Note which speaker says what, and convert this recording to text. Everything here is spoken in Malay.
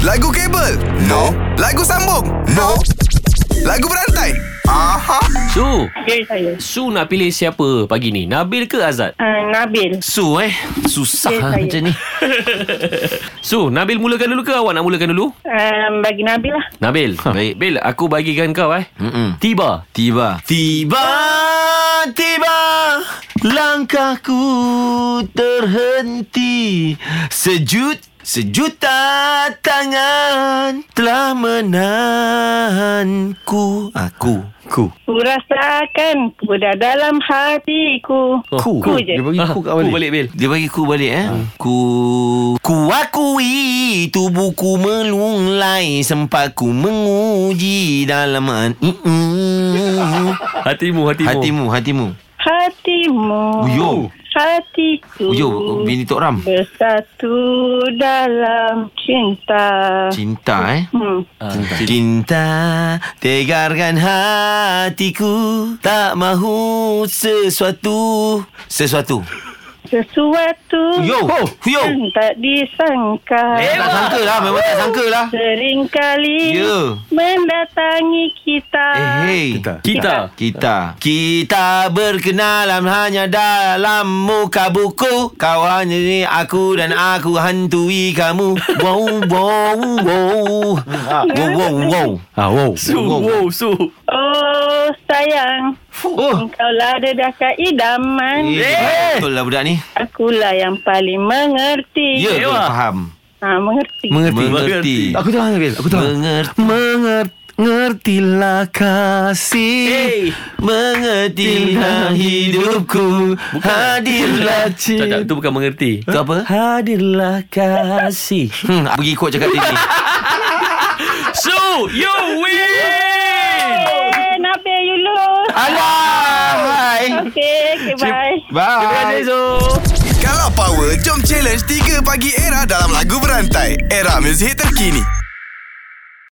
Speaker 1: Lagu kabel? No. Lagu sambung? No. Lagu berantai? Aha.
Speaker 2: Su
Speaker 3: Dari saya.
Speaker 2: Su nak pilih siapa pagi ni Nabil ke Azad?
Speaker 3: Uh, Nabil.
Speaker 2: Su eh
Speaker 3: Dari
Speaker 2: Susah
Speaker 3: saya.
Speaker 2: macam ni Su Nabil mulakan dulu ke awak nak mulakan dulu?
Speaker 3: Um, bagi Nabil lah.
Speaker 2: Nabil Baik Bil aku bagikan kau eh
Speaker 4: Ha. Mm-mm.
Speaker 2: Tiba
Speaker 4: Tiba
Speaker 3: Ah,
Speaker 4: Tiba-tiba Langkahku terhenti Sejut Sejuta tangan telah menahanku Aku Ku
Speaker 3: Ku rasakan kuda dalam hatiku.
Speaker 4: Ku
Speaker 3: Ku je.
Speaker 4: Dia bagi ku kat
Speaker 2: Ah,
Speaker 4: balik
Speaker 2: ku balik, Bil. Ah.
Speaker 4: Dia bagi ku balik eh Ku Ku akui Tubuhku melunglai Sempat ku menguji Dalam an-
Speaker 2: Hatimu Hatimu
Speaker 4: Hatimu Hatimu
Speaker 3: Hatimu.
Speaker 4: Uyo.
Speaker 3: Hatiku.
Speaker 4: Uyo Bini Tok Ram
Speaker 3: Ya. Bersatu dalam cinta.
Speaker 4: Cinta eh
Speaker 3: Hmm.
Speaker 2: Ah,
Speaker 4: Cinta Tegarkan hatiku Tak mahu Sesuatu Sesuatu
Speaker 3: Sesuatu
Speaker 4: Yo Yo
Speaker 3: yang tak disangka.
Speaker 4: Tak sangka lah Memang tak sangka lah
Speaker 3: Seringkali
Speaker 4: Ya.
Speaker 3: mendatangi kita.
Speaker 4: Eh hey
Speaker 2: Kita
Speaker 4: Kita Kita berkenalan hanya dalam muka buku Kau hanya ni aku dan aku hantui kamu Wow, wow, wow Wow, wow, wow
Speaker 2: ah, wow. Su
Speaker 4: Wow.
Speaker 2: wow, Su
Speaker 3: Oh sayang,
Speaker 4: Oh
Speaker 3: engkaulah dedahkan idaman.
Speaker 4: Eh, Betul lah budak ni
Speaker 3: Akulah yang paling mengerti.
Speaker 4: Ya, yeah,
Speaker 2: Ewa.
Speaker 4: faham
Speaker 3: Ha, mengerti.
Speaker 4: Mengerti
Speaker 2: Aku
Speaker 4: tahu Nabil, aku tahu Mengerti Mengertilah kasih
Speaker 2: Hey.
Speaker 4: Mengertilah hidupku
Speaker 2: Tak
Speaker 4: Hadirlah
Speaker 2: tak
Speaker 4: cinta Ha.
Speaker 2: tu bukan mengerti
Speaker 4: Itu apa?
Speaker 2: Hadirlah kasih
Speaker 4: Hmm, aku pergi ikut cakap tadi
Speaker 2: Su You win
Speaker 3: Eh, Nabil you lose.
Speaker 4: Alah Hai
Speaker 3: Okay, okay bye.
Speaker 4: Bye
Speaker 2: Terima kasih Su
Speaker 1: Kalau power, jom challenge 3 pagi era dalam lagu berantai. Era muzik terkini.